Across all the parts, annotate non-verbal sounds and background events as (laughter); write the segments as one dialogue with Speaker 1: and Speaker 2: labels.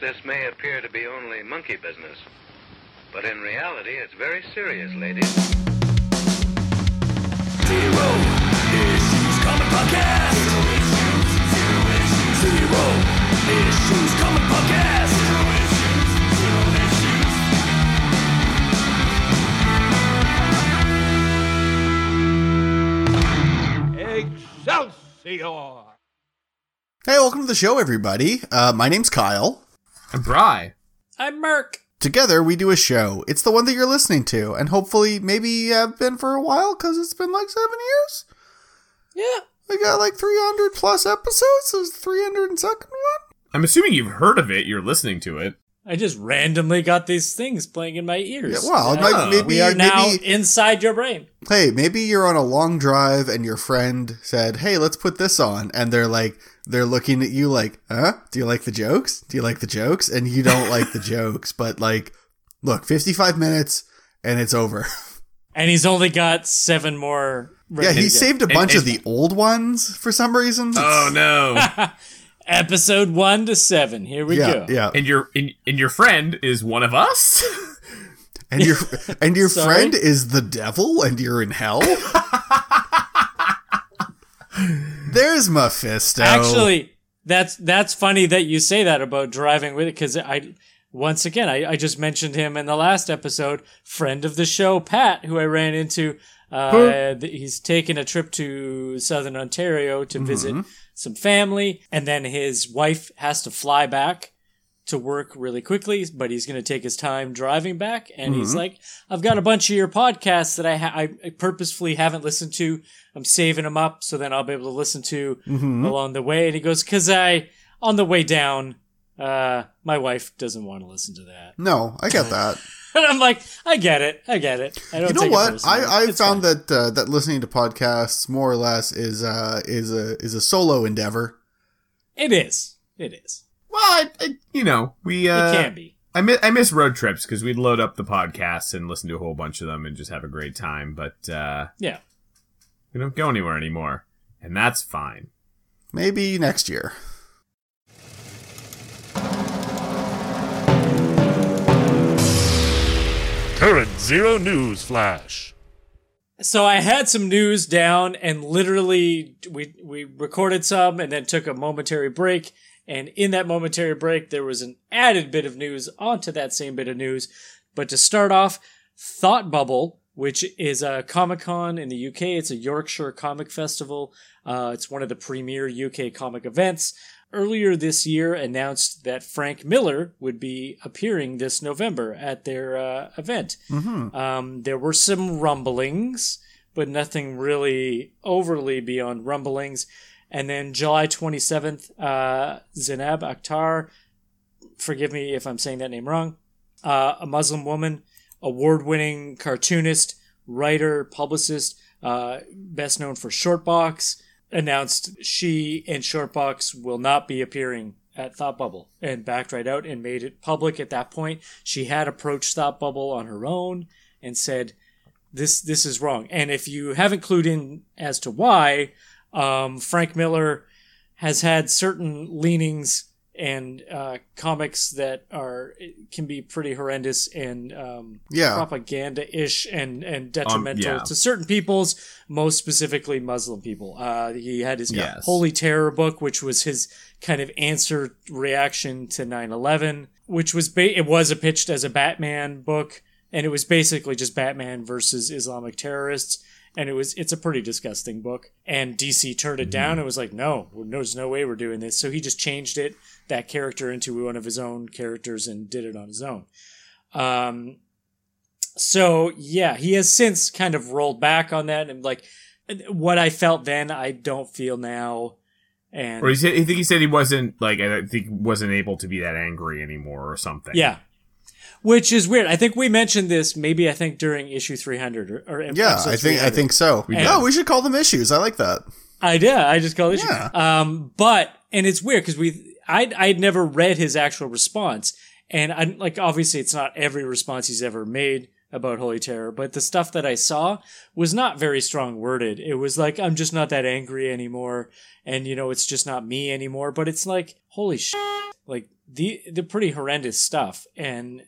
Speaker 1: this may appear to be only monkey business, but in reality, it's very serious, ladies.
Speaker 2: Zero issues comic podcast. Zero issues comic podcast.
Speaker 3: Excelsior!
Speaker 4: Hey, welcome to the show, everybody. Uh, my name's Kyle.
Speaker 5: I'm Bry.
Speaker 6: I'm Merc.
Speaker 4: Together, we do a show. It's the one that you're listening to, and hopefully, maybe have been for a while because it's been like seven years.
Speaker 6: Yeah.
Speaker 4: We got like 300 plus episodes. This is 302nd one.
Speaker 5: I'm assuming you've heard of it. You're listening to it.
Speaker 6: I just randomly got these things playing in my ears.
Speaker 4: Yeah, well,
Speaker 6: And
Speaker 4: like,
Speaker 6: I-
Speaker 4: maybe-
Speaker 6: we are now
Speaker 4: maybe-
Speaker 6: inside your brain.
Speaker 4: Hey, maybe you're on a long drive, and your friend said, "Hey, let's put this on," and they're like, they're looking at you like, "Huh? Do you like the jokes? Do you like the jokes?" And you don't like the (laughs) jokes, but like, look, 55 minutes, and it's over.
Speaker 6: And he's only got seven more.
Speaker 4: yeah,
Speaker 6: ready
Speaker 4: he
Speaker 6: to-
Speaker 4: saved a bunch of the old ones for some reason.
Speaker 5: Oh no!
Speaker 6: episode one to seven. Here we
Speaker 4: yeah,
Speaker 6: go.
Speaker 4: yeah.
Speaker 5: (laughs) and your and, and your friend is one of us. (laughs)
Speaker 4: and
Speaker 6: (laughs)
Speaker 4: your and your
Speaker 6: Sorry?
Speaker 4: friend is the devil and you're in
Speaker 6: (laughs)
Speaker 4: hell there's mephisto
Speaker 6: Actually, that's that's funny that you say that about driving with it because I once again I, I just mentioned him in the last episode. Friend of the show, Pat, who I ran into. Uh, th- he's taken a trip to southern Ontario to visit some family, and then his wife has to fly back to work really quickly, but he's going to take his time driving back. And
Speaker 4: Mm-hmm.
Speaker 6: he's like, I've got a bunch of your podcasts that I, ha- I purposefully haven't listened to. I'm saving them up so then I'll be able to listen to
Speaker 4: Mm-hmm.
Speaker 6: along the way. And he goes, Because I, on the way down, uh, my wife doesn't want to listen to that. (laughs)
Speaker 4: no i get that
Speaker 6: And I'm like, I get it. I get it. I don't
Speaker 4: you know
Speaker 6: take it
Speaker 4: what
Speaker 6: personally.
Speaker 4: i i
Speaker 6: It's
Speaker 4: found
Speaker 6: fine."
Speaker 4: that uh, that listening to podcasts more or less is uh is a is a solo endeavor
Speaker 6: it is. It is.
Speaker 5: well, I, I, you know, we.
Speaker 6: It
Speaker 5: Uh,
Speaker 6: can be.
Speaker 5: I miss, I miss road trips because we'd load up the podcasts and listen to a whole bunch of them and just have a great time. But uh,
Speaker 6: Yeah.
Speaker 5: we don't go anywhere anymore, and that's fine.
Speaker 4: maybe next year
Speaker 3: Current Zero News Flash.
Speaker 6: So I had some news down and literally we we recorded some and then took a momentary break and in that momentary break there was an added bit of news onto that same bit of news. But to start off, Thought Bubble, which is a Comic Con in the UK, it's a Yorkshire Comic Festival. Uh, it's one of the premier UK comic events. Earlier this year, announced that Frank Miller would be appearing this November at their uh, event. Um, there were some rumblings, but nothing really overly beyond rumblings. And then July 27th, uh, Zinab Akhtar, forgive me if I'm saying that name wrong, uh, a Muslim woman, award winning cartoonist, writer, publicist, uh, best known for Shortbox, announced she and Shortbox will not be appearing at Thought Bubble and backed right out and made it public at that point. She had approached Thought Bubble on her own and said, this this is wrong. And if you haven't clued in as to why, um, Frank Miller has had certain leanings and uh, comics that are can be pretty horrendous and um,
Speaker 4: Yeah.
Speaker 6: propaganda ish and and detrimental
Speaker 5: Um, yeah.
Speaker 6: to certain peoples, most specifically Muslim people. Uh, he had his
Speaker 5: Yes.
Speaker 6: Holy Terror book, which was his kind of answer reaction to 9/11, which was ba- it was a pitched as a Batman book, and it was basically just Batman versus Islamic terrorists. And it was it's a pretty disgusting book. And DC turned
Speaker 5: Mm-hmm.
Speaker 6: it down. It was like, no, there's no way we're doing this. So he just changed it that character into one of his own characters and did it on his own. Um, so yeah, he has since kind of rolled back on that and like what I felt then, I don't feel now. And
Speaker 5: Or he said, I think he said he wasn't like I don't think he wasn't able to be that angry anymore or something.
Speaker 6: yeah, which is weird. I think we mentioned this maybe I think during issue 300 or, or
Speaker 4: yeah
Speaker 6: episode
Speaker 4: i think i
Speaker 6: 300.
Speaker 4: think so
Speaker 5: We
Speaker 4: no
Speaker 5: did.
Speaker 4: we should call them issues i like that
Speaker 6: I did. I just called it.
Speaker 4: Yeah.
Speaker 6: Um, but and it's weird because we I'd I'd never read his actual response, and I like obviously it's not every response he's ever made about Holy Terror, but the stuff that I saw was not very strong worded. It was like I'm just not that angry anymore, and you know it's just not me anymore. But it's like holy shit. like the the pretty horrendous stuff and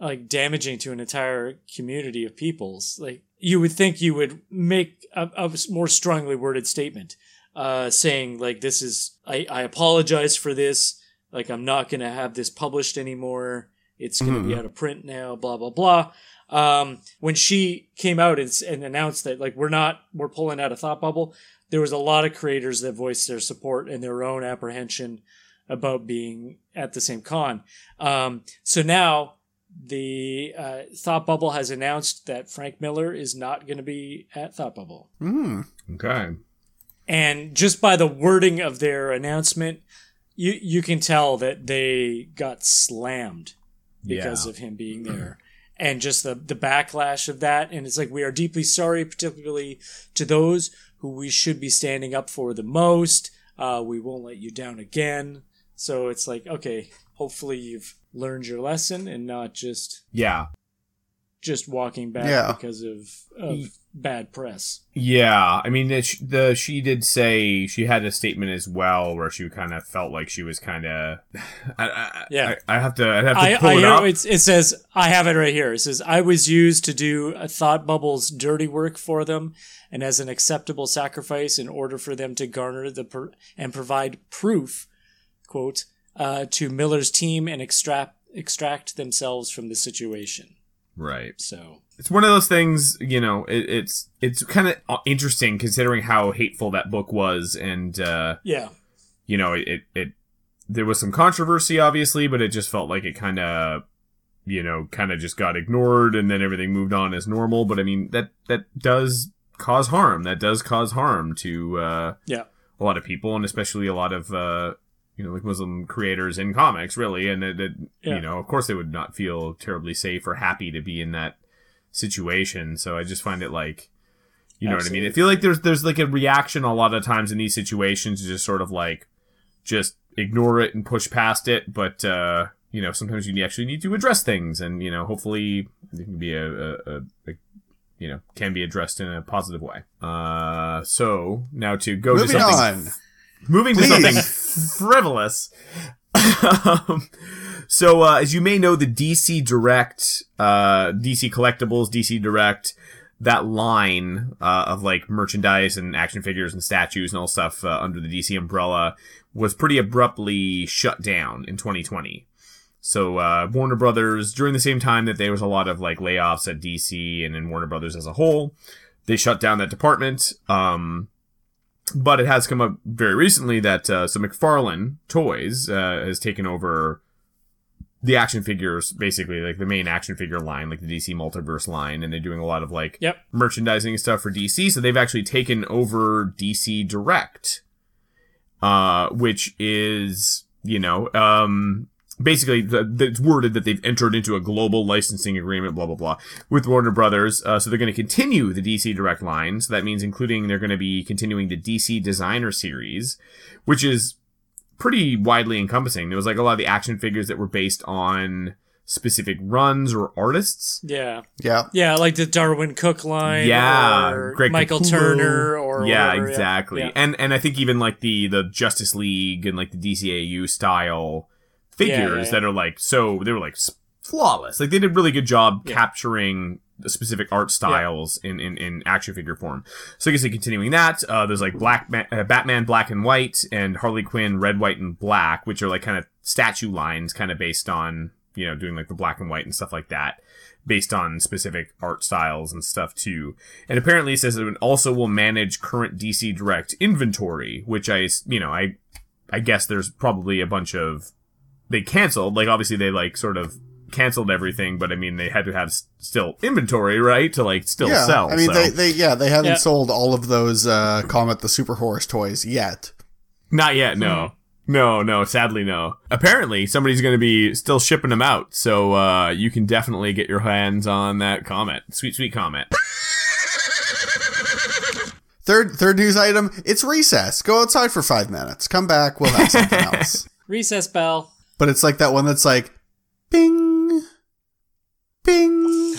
Speaker 6: like damaging to an entire community of peoples. Like you would think you would make a, a more strongly worded statement, uh, saying like this is I, I apologize for this. Like I'm not gonna have this published anymore. It's gonna be out of print now. Blah blah blah. Um, when she came out and, s- and announced that like we're not we're pulling out of Thought Bubble, there was a lot of creators that voiced their support and their own apprehension about being at the same con. Um, so now the uh, Thought Bubble has announced that Frank Miller is not going to be at Thought Bubble.
Speaker 5: Okay.
Speaker 6: And just by the wording of their announcement, you you can tell that they got slammed because
Speaker 5: Yeah.
Speaker 6: of him being there. And just the, the backlash of that. And it's like, we are deeply sorry, particularly to those who we should be standing up for the most. Uh, we won't let you down again. So it's like, okay, hopefully you've learned your lesson and not just
Speaker 5: Yeah.
Speaker 6: just walking back
Speaker 4: Yeah.
Speaker 6: because of, of bad press.
Speaker 5: Yeah, I mean, it, the she did say she had a statement as well where she kind of felt like she was kind of. (sighs) I, I,
Speaker 6: Yeah.
Speaker 5: I, I have to. I would have to
Speaker 6: I,
Speaker 5: pull
Speaker 6: I
Speaker 5: it
Speaker 6: know
Speaker 5: up.
Speaker 6: it's, it says I have it right here. It says I was used to do a thought bubbles dirty work for them, and as an acceptable sacrifice in order for them to garner the per- and provide proof, quote, uh, to Miller's team and extract extract themselves from the situation.
Speaker 5: Right.
Speaker 6: So
Speaker 5: It's one of those things. You know, it, it's it's kind of interesting considering how hateful that book was, and uh,
Speaker 6: yeah,
Speaker 5: you know, it, it it there was some controversy obviously, but it just felt like it kind of you know kind of just got ignored, and then everything moved on as normal. But I mean, that that does cause harm. That does cause harm to. Uh,
Speaker 6: yeah,
Speaker 5: a lot of people and especially a lot of uh you know like muslim creators in comics really and it, it,
Speaker 6: Yeah.
Speaker 5: you know of course they would not feel terribly safe or happy to be in that situation so i just find it like you know what i mean
Speaker 6: Absolutely.
Speaker 5: i feel like there's there's like a reaction a lot of times in these situations to just sort of like just ignore it and push past it but uh you know sometimes you actually need to address things and you know hopefully it can be a, a, a, a you know can be addressed in a positive way uh so now to go to
Speaker 4: Moving
Speaker 5: something
Speaker 4: on.
Speaker 5: Moving
Speaker 4: Please.
Speaker 5: to something frivolous. um, so, uh, as you may know, the DC Direct, uh, DC Collectibles, DC Direct, that line uh, of like merchandise and action figures and statues and all stuff uh, under the DC umbrella was pretty abruptly shut down in 2020. So uh, Warner Brothers, during the same time that there was a lot of like layoffs at DC and in Warner Brothers as a whole, they shut down that department. Um, but it has come up very recently that uh, so McFarlane Toys uh, has taken over the action figures, basically like the main action figure line, like the DC Multiverse line, and they're doing a lot of like
Speaker 6: Yep.
Speaker 5: merchandising stuff for DC. So they've actually taken over DC Direct, uh, which is you know um, basically the, the, it's worded that they've entered into a global licensing agreement, blah blah blah, with Warner Brothers. Uh, so they're going to continue the DC Direct line. So that means including they're going to be continuing the DC Designer series, which is pretty widely encompassing. There was like a lot of the action figures that were based on specific runs or artists.
Speaker 6: yeah,
Speaker 4: Yeah.
Speaker 6: yeah, like the Darwin Cook line,
Speaker 5: Yeah,
Speaker 6: or
Speaker 5: Greg
Speaker 6: Michael
Speaker 5: Capullo.
Speaker 6: Turner, or
Speaker 5: yeah,
Speaker 6: whatever,
Speaker 5: exactly.
Speaker 6: yeah.
Speaker 5: And and I think even like the the Justice League and like the DCAU style figures
Speaker 6: Yeah, yeah, yeah.
Speaker 5: that are like so they were like s- flawless. Like they did a really good job capturing the specific art styles in, in in action figure form. So I guess like, continuing that, uh, there's like Black Ma- uh, Batman Black and White and Harley Quinn Red White and Black, which are like kind of statue lines, kind of based on you know doing like the black and white and stuff like that based on specific art styles and stuff too. And apparently it says it also will manage current DC Direct inventory, which I, s- you know, I, I guess there's probably a bunch of they canceled. Like obviously they like sort of canceled everything, but I mean they had to have s- still inventory, right, to like still
Speaker 4: Yeah.
Speaker 5: sell.
Speaker 4: I mean,
Speaker 5: so.
Speaker 4: they, they yeah they haven't
Speaker 6: Yeah.
Speaker 4: sold all of those uh, Comet the Super Horse toys yet.
Speaker 5: Not yet, no.
Speaker 4: Hmm.
Speaker 5: No, no, sadly no. Apparently somebody's going to be still shipping them out. So uh you can definitely get your hands on that comment. Sweet sweet comment.
Speaker 4: Third third news item. It's recess. Go outside for five minutes. Come back. We'll have
Speaker 5: (laughs)
Speaker 4: something else.
Speaker 6: recess bell.
Speaker 4: But it's like that one that's like, bing, bing.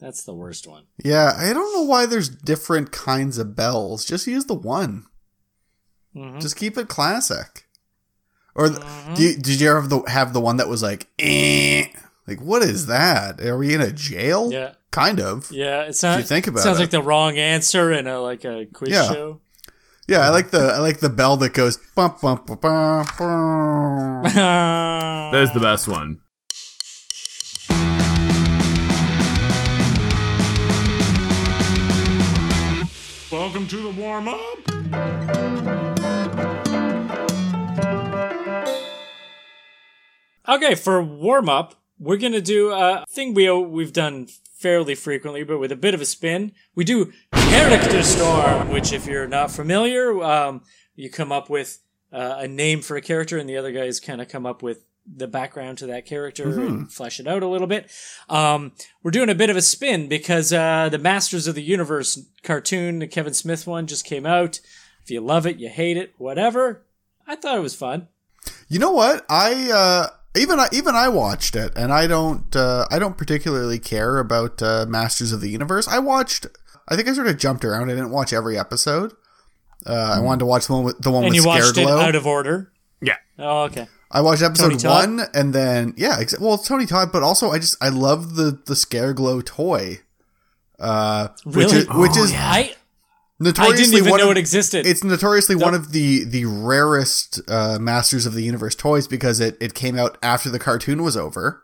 Speaker 6: That's the worst one.
Speaker 4: Yeah, I don't know why there's different kinds of bells. Just use the one.
Speaker 6: Mhm.
Speaker 4: Just keep it classic. Or th-
Speaker 6: Mm-hmm.
Speaker 4: do you, did you ever have the, have the one that was like, eh? like what is that? Are we in a jail?
Speaker 6: Yeah.
Speaker 4: kind of. Yeah,
Speaker 6: Yeah, it sounds.
Speaker 4: you think about
Speaker 6: sounds
Speaker 4: it.
Speaker 6: like the wrong answer in a like a quiz
Speaker 4: Yeah. (laughs)
Speaker 6: show. (laughs)
Speaker 4: I like the I like the bell that goes. Bum, bum, bum, bum, bum.
Speaker 6: (laughs)
Speaker 5: That is the best one.
Speaker 3: Welcome to the warm up.
Speaker 6: Okay, for warm up, we're gonna do a thing we we've done fairly frequently, but with a bit of a spin. We do character storm, which if you're not familiar, um, you come up with uh, a name for a character, and the other guys kind of come up with the background to that character and flesh it out a little bit. Um, we're doing a bit of a spin because uh, the Masters of the Universe cartoon, the Kevin Smith one, just came out. If you love it, you hate it, whatever. I thought it was fun.
Speaker 4: You know what? I uh, even I, even I watched it, and I don't uh, I don't particularly care about uh, Masters of the Universe. I watched. I think I sort of jumped around. I didn't watch every episode. Uh, I wanted to watch the one with the one
Speaker 6: Hmm. and
Speaker 4: with
Speaker 6: you watched it
Speaker 4: Scareglow.
Speaker 6: out of order.
Speaker 5: Yeah.
Speaker 6: Oh, okay.
Speaker 4: I watched
Speaker 6: Tony
Speaker 4: episode
Speaker 6: Todd?
Speaker 4: one, and then yeah, ex- well Tony Todd, but also I just I love the the Scareglow toy, uh, which
Speaker 6: Really?
Speaker 4: is which is
Speaker 6: I I
Speaker 4: notoriously
Speaker 6: didn't even
Speaker 4: one
Speaker 6: know
Speaker 4: of-
Speaker 6: it existed.
Speaker 4: It's notoriously one of the the rarest uh, Masters of the Universe toys because it it came out after the cartoon was over.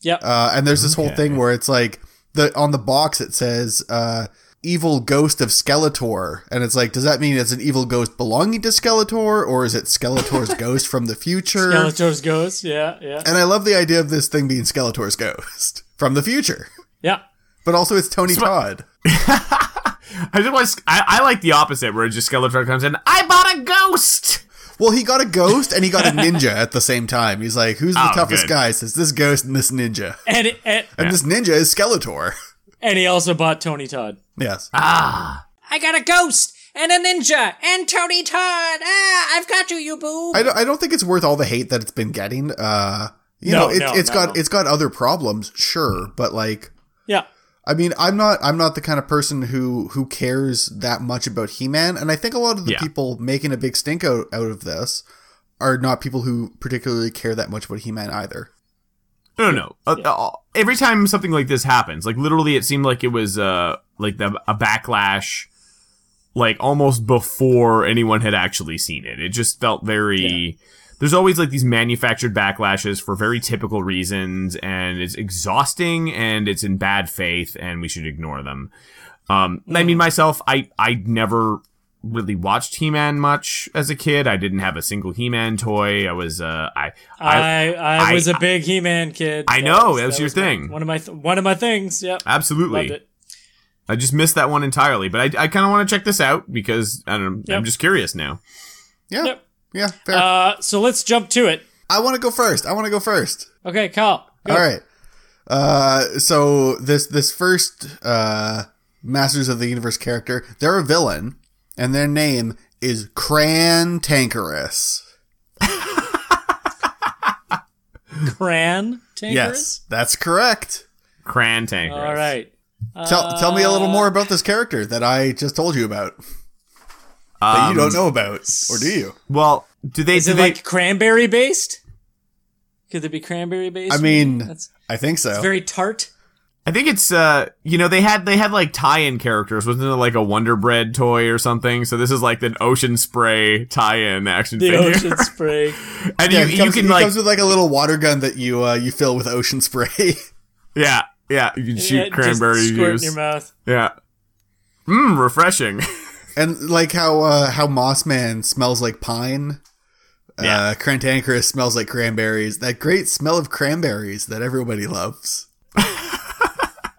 Speaker 6: Yep.
Speaker 4: Uh, and there's this whole thing where it's like the on the box it says uh, "evil ghost of Skeletor," and it's like, does that mean it's an evil ghost belonging to Skeletor, or is it Skeletor's ghost from the future?
Speaker 6: Skeletor's ghost. Yeah, yeah,
Speaker 4: and I love the idea of this thing being Skeletor's ghost (laughs) from the future,
Speaker 6: yeah.
Speaker 4: but also it's Tony Todd.
Speaker 5: I just want. I, I like the opposite, where just Skeletor comes in. I bought a ghost.
Speaker 4: Well, he got a ghost and he got a ninja at the same time. He's like, who's the
Speaker 5: Oh,
Speaker 4: toughest
Speaker 5: good.
Speaker 4: guy? Says this ghost and this ninja,
Speaker 6: And, it- and
Speaker 4: and this ninja is Skeletor. (laughs)
Speaker 6: and he also bought Tony Todd.
Speaker 4: yes,
Speaker 6: Ah.
Speaker 5: Ah.
Speaker 6: I got a ghost and a ninja and Tony Todd. Ah, I've got you, you boo.
Speaker 4: I don't, I don't think it's worth all the hate that it's been getting. Uh, you
Speaker 6: No,
Speaker 4: know, it,
Speaker 6: no,
Speaker 4: it's
Speaker 6: no.
Speaker 4: got it's got other problems, sure, but like,
Speaker 6: yeah,
Speaker 4: I mean, I'm not I'm not the kind of person who who cares that much about He-Man, and I think a lot of the
Speaker 5: Yeah.
Speaker 4: people making a big stink out, out of this are not people who particularly care that much about He-Man either.
Speaker 5: No, no, no. Uh, uh, every time something like this happens, like literally, it seemed like it was uh like the, a backlash, like almost before anyone had actually seen it. It just felt very. There's always like these manufactured backlashes for very typical reasons, and it's exhausting, and it's in bad faith, and we should ignore them. Um, I mean, myself, I I never really watched He-Man much as a kid. I didn't have a single He-Man toy. I was uh, I
Speaker 6: I, I,
Speaker 5: I-
Speaker 6: was a big He-Man kid.
Speaker 5: I
Speaker 6: That
Speaker 5: know, that was your
Speaker 6: my-
Speaker 5: thing.
Speaker 6: One of my th- one of my things. Yep,
Speaker 5: absolutely
Speaker 6: loved it.
Speaker 5: I just missed that one entirely, but I, I kind of want to check this out because I don't. know
Speaker 6: Yep.
Speaker 5: I'm just curious now.
Speaker 4: Yeah,
Speaker 6: Yep.
Speaker 4: yeah, fair.
Speaker 6: Uh, so let's jump to it.
Speaker 4: I want to go first. I want to go first.
Speaker 6: Okay, Kyle. go.
Speaker 4: All right. Uh, so this this first uh, Masters of the Universe character, they're a villain, and their name is Crantankerous.
Speaker 6: Cran Tankerous.
Speaker 4: that's correct.
Speaker 5: Cran tankers.
Speaker 6: All right.
Speaker 4: Tell tell me a little
Speaker 5: Uh,
Speaker 4: more about this character that I just told you about that you
Speaker 5: Um,
Speaker 4: don't know about, or do you?
Speaker 5: Well, do they?
Speaker 6: Is
Speaker 5: do
Speaker 6: it
Speaker 5: they?
Speaker 6: like cranberry based? Could it be cranberry based?
Speaker 4: I mean,
Speaker 6: that's
Speaker 4: I think so.
Speaker 6: very tart.
Speaker 5: I think it's. Uh, you know, they had they had like tie-in characters, wasn't it? Like a Wonder Bread toy or something. So this is like an Ocean Spray tie-in action
Speaker 6: The
Speaker 5: figure,
Speaker 6: ocean spray.
Speaker 5: (laughs) and
Speaker 4: yeah,
Speaker 5: you,
Speaker 4: he
Speaker 5: you
Speaker 4: comes,
Speaker 5: can
Speaker 4: he
Speaker 5: like,
Speaker 4: comes with like a little water gun that you uh, you fill with ocean spray. (laughs)
Speaker 5: yeah, yeah, you can shoot
Speaker 6: Yeah, just
Speaker 5: cranberry
Speaker 6: squirt in your
Speaker 5: juice.
Speaker 6: mouth.
Speaker 5: Yeah. Mmm, refreshing.
Speaker 4: And like how uh, how Mossman smells like pine, uh,
Speaker 5: Yeah.
Speaker 4: Crantankerous smells like cranberries. That great smell of cranberries that everybody loves.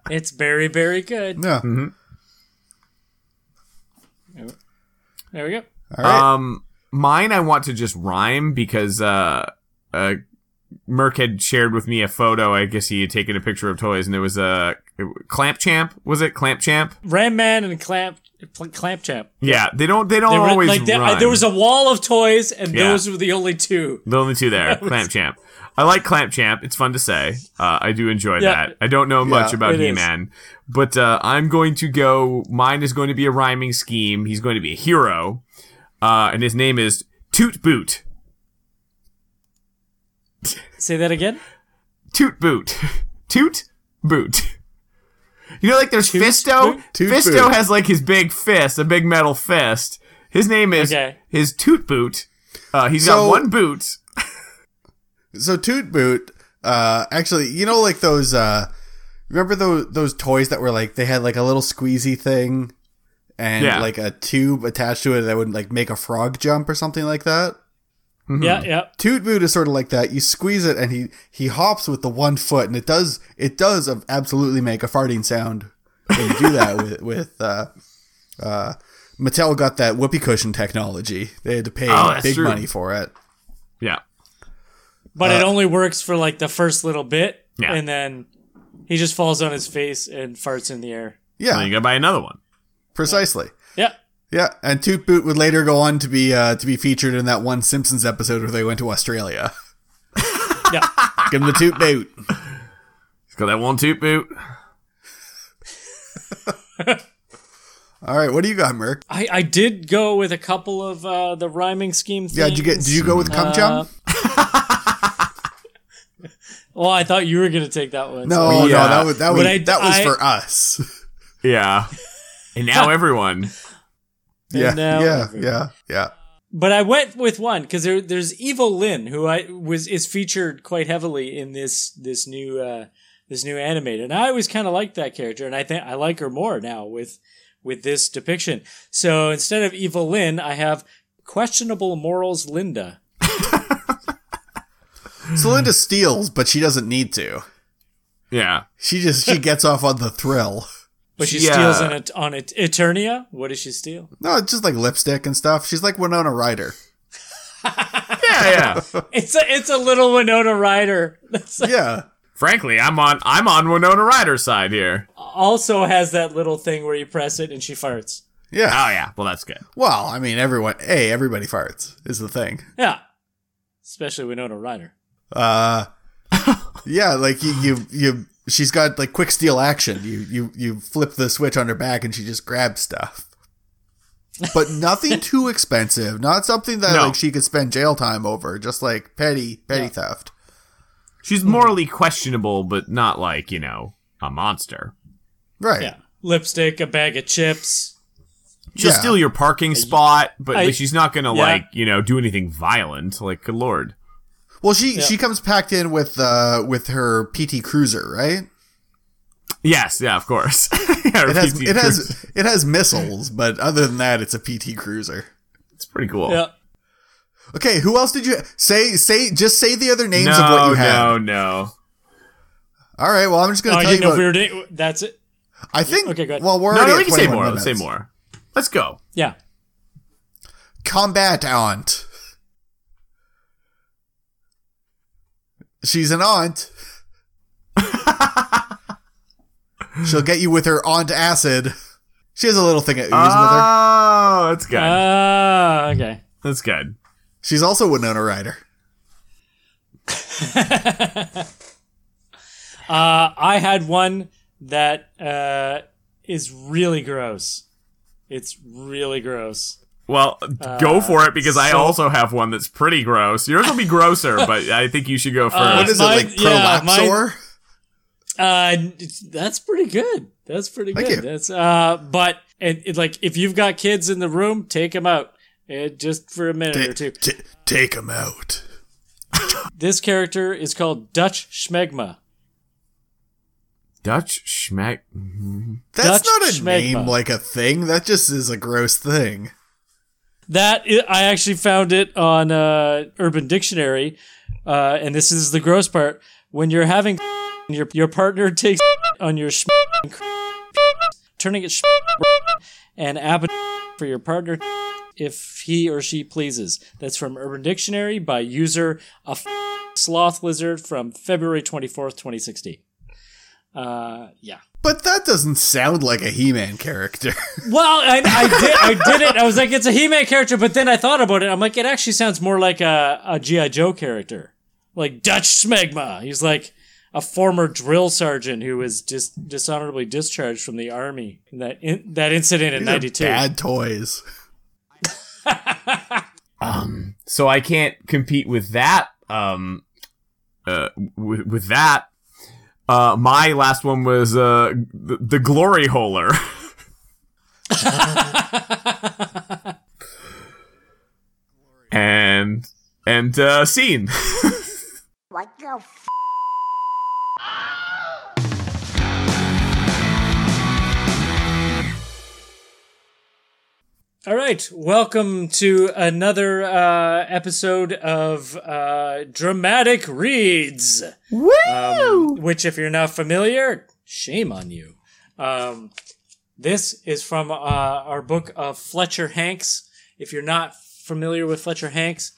Speaker 6: It's very, very good.
Speaker 4: Yeah.
Speaker 6: There we go.
Speaker 4: All right.
Speaker 5: Um, mine I want to just rhyme because uh, uh, Merc had shared with me a photo. I guess he had taken a picture of toys, and it was a uh, clamp champ. Was it clamp champ?
Speaker 6: Ram Man and Clamp Pl- Clamp Champ.
Speaker 5: Yeah, they don't. They don't
Speaker 6: They were-
Speaker 5: always
Speaker 6: like there-
Speaker 5: rhyme.
Speaker 6: there was a wall of toys, and
Speaker 5: Yeah.
Speaker 6: those were the only two.
Speaker 5: the only two
Speaker 6: (laughs)
Speaker 5: there. Clamp champ. I like clamp champ. It's fun to say. Uh, I do enjoy
Speaker 6: Yeah.
Speaker 5: that. I don't know much
Speaker 4: Yeah,
Speaker 5: about
Speaker 6: it is.
Speaker 5: He Man, but uh, I'm going to go. Mine is going to be a rhyming scheme. He's going to be a hero, uh, and his name is Toot Boot.
Speaker 6: Say that again.
Speaker 5: Toot boot. (laughs) Toot boot. You know, like there's Fisto.
Speaker 6: boot?
Speaker 4: Toot
Speaker 5: Fisto
Speaker 4: boot.
Speaker 5: has like his big fist, a big metal fist. His name is
Speaker 6: Okay.
Speaker 5: his Toot Boot. Uh, he's
Speaker 4: So-
Speaker 5: got one boot.
Speaker 4: So Toot Boot, uh, actually, you know, like those, uh, remember those those toys that were like they had like a little squeezy thing, and
Speaker 5: Yeah.
Speaker 4: like a tube attached to it that would like make a frog jump or something like that.
Speaker 5: Mm-hmm.
Speaker 6: Yeah, yeah.
Speaker 4: Toot Boot is sort of like that. You squeeze it, and he he hops with the one foot, and it does it does absolutely make a farting sound when you do
Speaker 5: (laughs)
Speaker 4: that with with. Uh, uh, Mattel got that whoopee cushion technology. They had to pay
Speaker 5: Oh, that's
Speaker 4: big
Speaker 5: true.
Speaker 4: money for it.
Speaker 5: Yeah.
Speaker 6: But it only works for like the first little bit,
Speaker 5: Uh, Yeah.
Speaker 6: and then he just falls on his face and farts in the air.
Speaker 5: Then
Speaker 4: Yeah,
Speaker 5: you gotta buy another one.
Speaker 4: precisely.
Speaker 6: Yeah.
Speaker 4: Yeah, and Toot Boot would later go on to be uh, to be featured in that one Simpsons episode where they went to
Speaker 5: (laughs)
Speaker 4: Australia.
Speaker 6: Yeah.
Speaker 4: Give him the Toot Boot.
Speaker 5: He's got that one Toot Boot.
Speaker 4: All right, what do you got, Merc?
Speaker 6: I, I did go with a couple of uh, the rhyming scheme things.
Speaker 4: Yeah, did you get? Did you go with Cum
Speaker 5: Uh,
Speaker 4: Chum?
Speaker 6: Well, I thought you were going to take that one.
Speaker 4: No,
Speaker 6: so-
Speaker 4: no,
Speaker 5: yeah.
Speaker 4: that was that was
Speaker 6: But I-
Speaker 4: that was
Speaker 6: I-
Speaker 4: for us.
Speaker 5: Yeah. and now everyone.
Speaker 4: yeah,
Speaker 6: now
Speaker 4: yeah,
Speaker 6: everyone.
Speaker 4: yeah, yeah.
Speaker 6: But I went with one because there, there's Evil Lyn, who I was is featured quite heavily in this this new uh, this new animated, and I always kind of liked that character, and I think I like her more now with with this depiction. So instead of Evil Lyn, I have questionable morals Linda.
Speaker 4: So Linda steals, but she doesn't need to.
Speaker 5: Yeah.
Speaker 4: She just
Speaker 6: (laughs)
Speaker 4: she gets off on the thrill.
Speaker 6: But she
Speaker 5: Yeah.
Speaker 6: steals on it on it Eternia. What does she steal?
Speaker 4: No, it's just like lipstick and stuff. She's like Winona
Speaker 6: (laughs)
Speaker 4: Ryder.
Speaker 5: Yeah, yeah.
Speaker 6: It's a it's a little Winona Ryder. (laughs) That's
Speaker 4: Yeah,
Speaker 5: Frankly, I'm on I'm on Winona Ryder's side here. Oh
Speaker 6: also has that little thing where you press it and she farts.
Speaker 4: yeah.
Speaker 5: Oh, yeah. Well that's good.
Speaker 4: Well, I mean, everyone. Hey, everybody farts is the thing.
Speaker 6: Yeah, especially Winona Ryder. (laughs)
Speaker 4: Uh, yeah, like you, you, you. She's got like quick steal action. You, you, you flip the switch on her back, and she just grabs stuff. But
Speaker 6: (laughs)
Speaker 4: nothing too expensive. Not something that
Speaker 5: No.
Speaker 4: like she could spend jail time over. Just like petty, petty theft.
Speaker 5: She's morally questionable, but not like, you know, a monster.
Speaker 4: Right.
Speaker 6: Yeah, lipstick, a bag of chips.
Speaker 5: She'll
Speaker 4: Yeah.
Speaker 5: steal your parking spot, but
Speaker 6: I-
Speaker 5: she's not gonna
Speaker 6: Yeah.
Speaker 5: like, you know, do anything violent. Like, good lord.
Speaker 4: Well, she she comes packed in with uh with her PT Cruiser, right?
Speaker 5: Yes, yeah, of course. (laughs) yeah,
Speaker 4: It has
Speaker 5: repeat
Speaker 4: it
Speaker 5: the-
Speaker 4: has it has missiles, but other than that, it's a PT Cruiser.
Speaker 5: It's pretty cool.
Speaker 6: Yeah,
Speaker 4: Okay, who else did you say say just say the other names
Speaker 5: No,
Speaker 4: of what you had?
Speaker 5: no, no.
Speaker 4: All right, well, I'm just gonna
Speaker 6: oh, I
Speaker 4: tell you
Speaker 6: didn't know
Speaker 4: about
Speaker 6: if we were. doing- That's it.
Speaker 4: I think.
Speaker 6: Okay, go ahead.
Speaker 4: Well, we're
Speaker 5: No,
Speaker 4: already
Speaker 5: no,
Speaker 4: at
Speaker 5: we can say
Speaker 4: 21
Speaker 5: more.
Speaker 4: Minutes.
Speaker 5: Let's say more. Let's go.
Speaker 6: Yeah,
Speaker 4: Combat aunt. She's an
Speaker 5: (laughs)
Speaker 4: aunt. She'll get you with her aunt acid. She has a little thing that oozes with her.
Speaker 5: Oh, that's good.
Speaker 6: ah, okay.
Speaker 5: that's good.
Speaker 4: She's also Winona Ryder.
Speaker 6: Uh, I had one that uh, is really gross. It's really gross.
Speaker 5: Well,
Speaker 6: uh,
Speaker 5: go for it because I also have one that's pretty gross. Yours will be
Speaker 6: (laughs)
Speaker 5: grosser, but I think you should go first.
Speaker 4: What is
Speaker 6: mine-
Speaker 4: it like?
Speaker 6: Uh, yeah, mine-
Speaker 4: Prolapsor.
Speaker 6: Uh, it's- that's pretty good. That's pretty
Speaker 4: Thank
Speaker 6: good.
Speaker 4: you.
Speaker 6: That's uh, but and it, like if you've got kids in the room, take them out uh, just for a minute or two.
Speaker 4: Ta- ta- take him out.
Speaker 6: This character is called Dutch Schmegma.
Speaker 5: Dutch schmeck.
Speaker 4: That's
Speaker 6: Dutch
Speaker 4: not a
Speaker 6: schmegma.
Speaker 4: name like a thing. That just is a gross thing.
Speaker 6: That i- I actually found it on uh, Urban Dictionary, uh, and this is the gross part. When you're having (laughs) and your your partner takes (laughs) on your sh- turning it sh- and ab for your partner if he or she pleases. That's from Urban Dictionary by user a f- sloth lizard from February twenty fourth, twenty sixteen. Uh, yeah.
Speaker 4: But that doesn't sound like a He-Man
Speaker 6: (laughs)
Speaker 4: character.
Speaker 6: Well, I, I did. I did it. I was like, it's a He-Man character, but then I thought about it. I'm like, it actually sounds more like a, a GI Joe character, like Dutch Smegma. He's like a former drill sergeant who was dis- dishonorably discharged from the army in that in- that incident in
Speaker 4: These are
Speaker 6: '92.
Speaker 4: Bad toys.
Speaker 5: So I can't compete with that um uh with, with that. Uh, my last one was uh, the, the glory holer. (laughs) and and uh, scene.
Speaker 7: What the f-
Speaker 6: All right, welcome to another uh, episode of uh, Dramatic Reads. Woo! which, if you're not familiar, shame on you. Um, this is from uh, our book of Fletcher Hanks. If you're not familiar with Fletcher Hanks,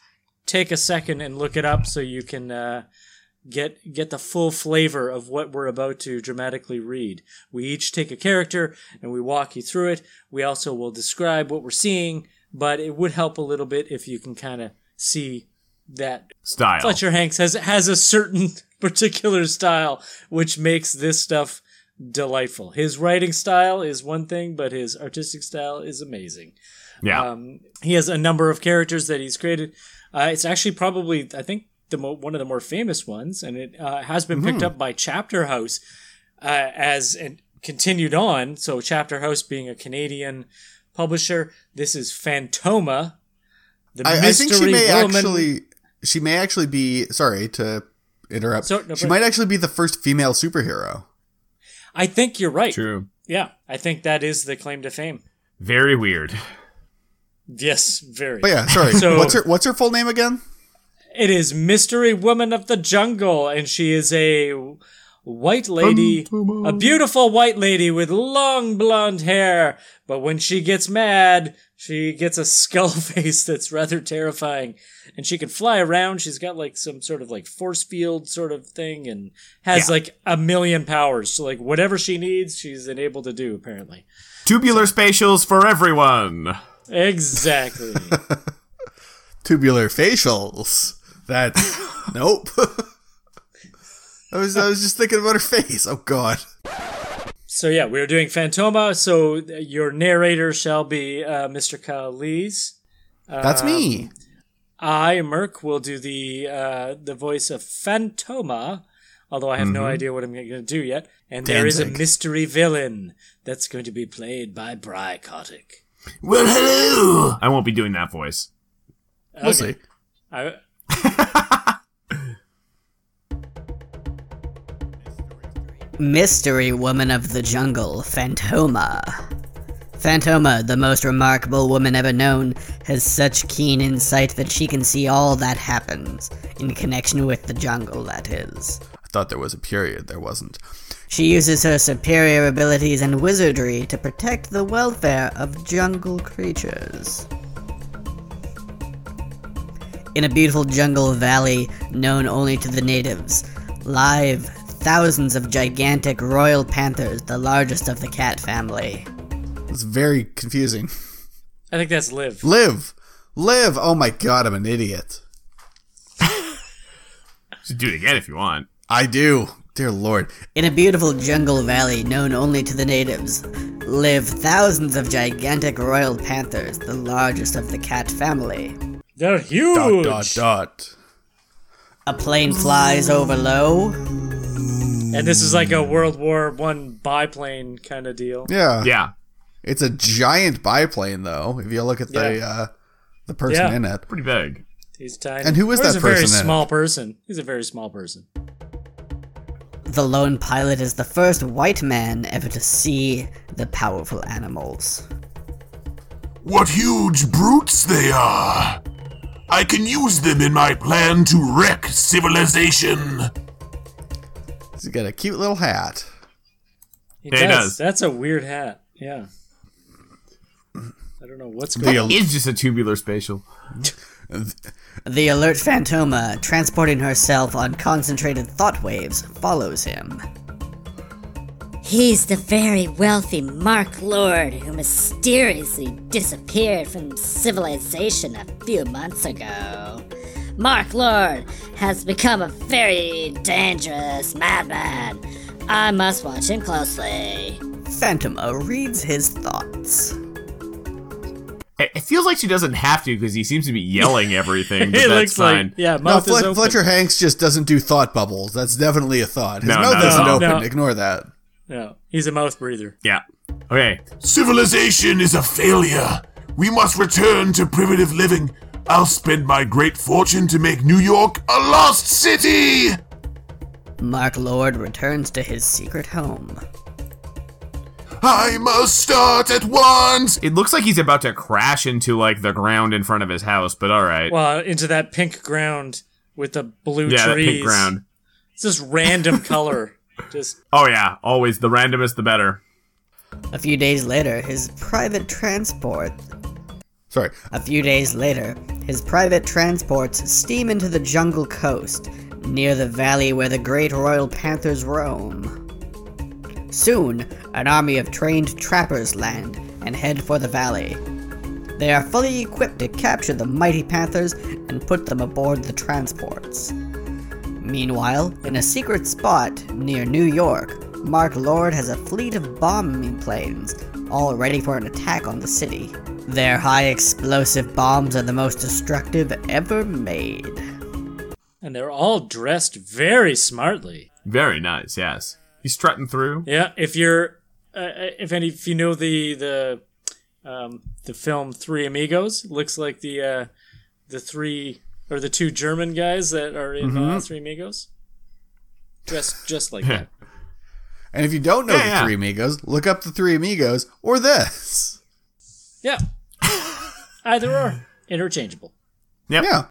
Speaker 6: take a second and look it up so you can uh, get get the full flavor of what we're about to dramatically read. We each take a character and we walk you through it. We also will describe what we're seeing, but it would help a little bit if you can kind of see that
Speaker 5: Style.
Speaker 6: Fletcher Hanks has has a certain (laughs) particular style which makes this stuff delightful. His writing style is one thing, but his artistic style is amazing.
Speaker 5: Yeah.
Speaker 6: Um, he has a number of characters that he's created. Uh, it's actually probably I think the mo- one of the more famous ones, and it uh, has been
Speaker 4: Hmm.
Speaker 6: picked up by Chapter House uh, as and continued on. So Chapter House being a Canadian publisher, this is Fantoma. The
Speaker 4: I, I think she
Speaker 6: mystery
Speaker 4: may
Speaker 6: woman-
Speaker 4: actually she may actually be sorry to interrupt.
Speaker 6: So- no,
Speaker 4: she
Speaker 6: but-
Speaker 4: might actually be the first female superhero.
Speaker 6: I think you're right.
Speaker 5: True.
Speaker 6: Yeah, I think that is the claim to fame.
Speaker 5: Very weird.
Speaker 6: Yes, very.
Speaker 4: But yeah, sorry.
Speaker 6: (laughs) So-
Speaker 4: what's her what's her full name again?
Speaker 6: It is Mystery Woman of the Jungle, and she is a white lady, a beautiful white lady with long blonde hair. But when she gets mad, she gets a (laughs) skull face that's rather terrifying. And she can fly around. She's got like some sort of like force field sort of thing and has like a million powers. So, like, whatever she needs, she's able to do, apparently.
Speaker 5: Tubular spatials for everyone.
Speaker 6: Exactly.
Speaker 4: Tubular facials.
Speaker 6: (laughs)
Speaker 4: That's nope. I was I was just thinking about her face. Oh god.
Speaker 6: So yeah, we are doing Fantoma. So uh, your narrator shall be uh, Mr. Kaliz.
Speaker 4: That's me.
Speaker 6: I, Merc, will do the uh, the voice of Fantoma, although I have no idea what I'm going to do yet. And there is a
Speaker 4: Mm-hmm. Danzig.
Speaker 6: mystery villain that's going to be played by Bry Kotick.
Speaker 5: Well, hello. I won't be doing that voice.
Speaker 4: We'll
Speaker 6: Okay.
Speaker 4: see.
Speaker 6: I-
Speaker 8: Mystery Woman of the Jungle, Fantoma. Fantoma, the most remarkable woman ever known, has such keen insight that she can see all that happens, in connection with the jungle, that is.
Speaker 4: I thought there was a period. There wasn't.
Speaker 8: She uses her superior abilities and wizardry to protect the welfare of jungle creatures. In a beautiful jungle valley known only to the natives, live thousands of gigantic royal panthers, the largest of the cat family.
Speaker 4: It's very confusing.
Speaker 6: I think that's Liv.
Speaker 4: Live. Live. Oh my god, I'm an idiot.
Speaker 5: Just do it again if you want.
Speaker 4: I do. Dear lord.
Speaker 8: In a beautiful jungle valley known only to the natives, live thousands of gigantic royal panthers, the largest of the cat family.
Speaker 6: They're
Speaker 4: Dot
Speaker 6: huge.
Speaker 4: dot dot.
Speaker 8: A plane flies over low,
Speaker 6: And this is like a World War One biplane kind of deal.
Speaker 4: Yeah.
Speaker 5: Yeah.
Speaker 4: It's a giant biplane though, if you look at the
Speaker 6: Yeah.
Speaker 4: uh the person
Speaker 6: Yeah.
Speaker 4: in it.
Speaker 5: Pretty big.
Speaker 6: He's tiny.
Speaker 4: And who is
Speaker 6: Or
Speaker 4: that
Speaker 6: he's a very
Speaker 4: person in it?
Speaker 6: small person. He's a very small person.
Speaker 8: The lone pilot is the first white man ever to see the powerful animals.
Speaker 2: What huge brutes they are! I can use them in my plan to wreck civilization!
Speaker 4: He's got a cute little hat.
Speaker 6: He
Speaker 5: Yeah, he does.
Speaker 6: That's a weird hat. Yeah. I don't know what's
Speaker 4: The
Speaker 6: going
Speaker 4: al-
Speaker 5: It's just a tubular spatial.
Speaker 8: The alert Phantoma, transporting herself on concentrated thought waves, follows him.
Speaker 9: He's the very wealthy Mark Lord who mysteriously disappeared from civilization a few months ago. Mark Lord has become a very dangerous madman. I must watch him closely.
Speaker 8: Phantoma reads his thoughts.
Speaker 5: It it feels like she doesn't have to because he seems to be
Speaker 6: (laughs)
Speaker 5: yelling everything. But
Speaker 6: it
Speaker 5: that's
Speaker 6: looks
Speaker 5: fine.
Speaker 6: like yeah,
Speaker 4: No,
Speaker 6: mouth is
Speaker 4: Flet-
Speaker 6: open.
Speaker 4: Fletcher Hanks just doesn't do thought bubbles. That's definitely a thought. His
Speaker 5: No,
Speaker 4: mouth
Speaker 5: not at
Speaker 4: isn't
Speaker 5: all.
Speaker 4: open.
Speaker 6: No.
Speaker 4: Ignore that.
Speaker 6: No, he's a mouth breather.
Speaker 5: yeah. Okay.
Speaker 2: Civilization is a failure. We must return to primitive living. I'll spend my great fortune to make New York a lost city!
Speaker 8: Mark Lord returns to his secret home.
Speaker 2: I must start at once!
Speaker 5: It looks like he's about to crash into like the ground in front of his house, but all right.
Speaker 6: Well, into that pink ground with the blue
Speaker 5: yeah, that
Speaker 6: trees.
Speaker 5: pink ground.
Speaker 6: It's just random color. Just
Speaker 5: Oh yeah, always the randomest the better.
Speaker 8: A few days later, his private transport.
Speaker 4: Sorry.
Speaker 8: A few days later, his private transports steam into the jungle coast, near the valley where the great royal panthers roam. Soon, an army of trained trappers land and head for the valley. They are fully equipped to capture the mighty panthers and put them aboard the transports. Meanwhile, in a secret spot near New York, Mark Lord has a fleet of bombing planes, all ready for an attack on the city. Their high explosive bombs are the most destructive ever made.
Speaker 6: and they're all dressed very smartly.
Speaker 5: Very nice. Yes, he's strutting through.
Speaker 6: Yeah, if you're uh, if any if you know the the um, the film Three Amigos, it looks like the uh, the three or the two German guys that are in uh, Three Amigos. Just
Speaker 5: (laughs)
Speaker 6: just like that.
Speaker 4: And if you don't know
Speaker 5: Yeah,
Speaker 4: the
Speaker 5: yeah.
Speaker 4: Three Amigos, look up the Three Amigos or this.
Speaker 6: Yeah. Either or interchangeable.
Speaker 4: Yeah.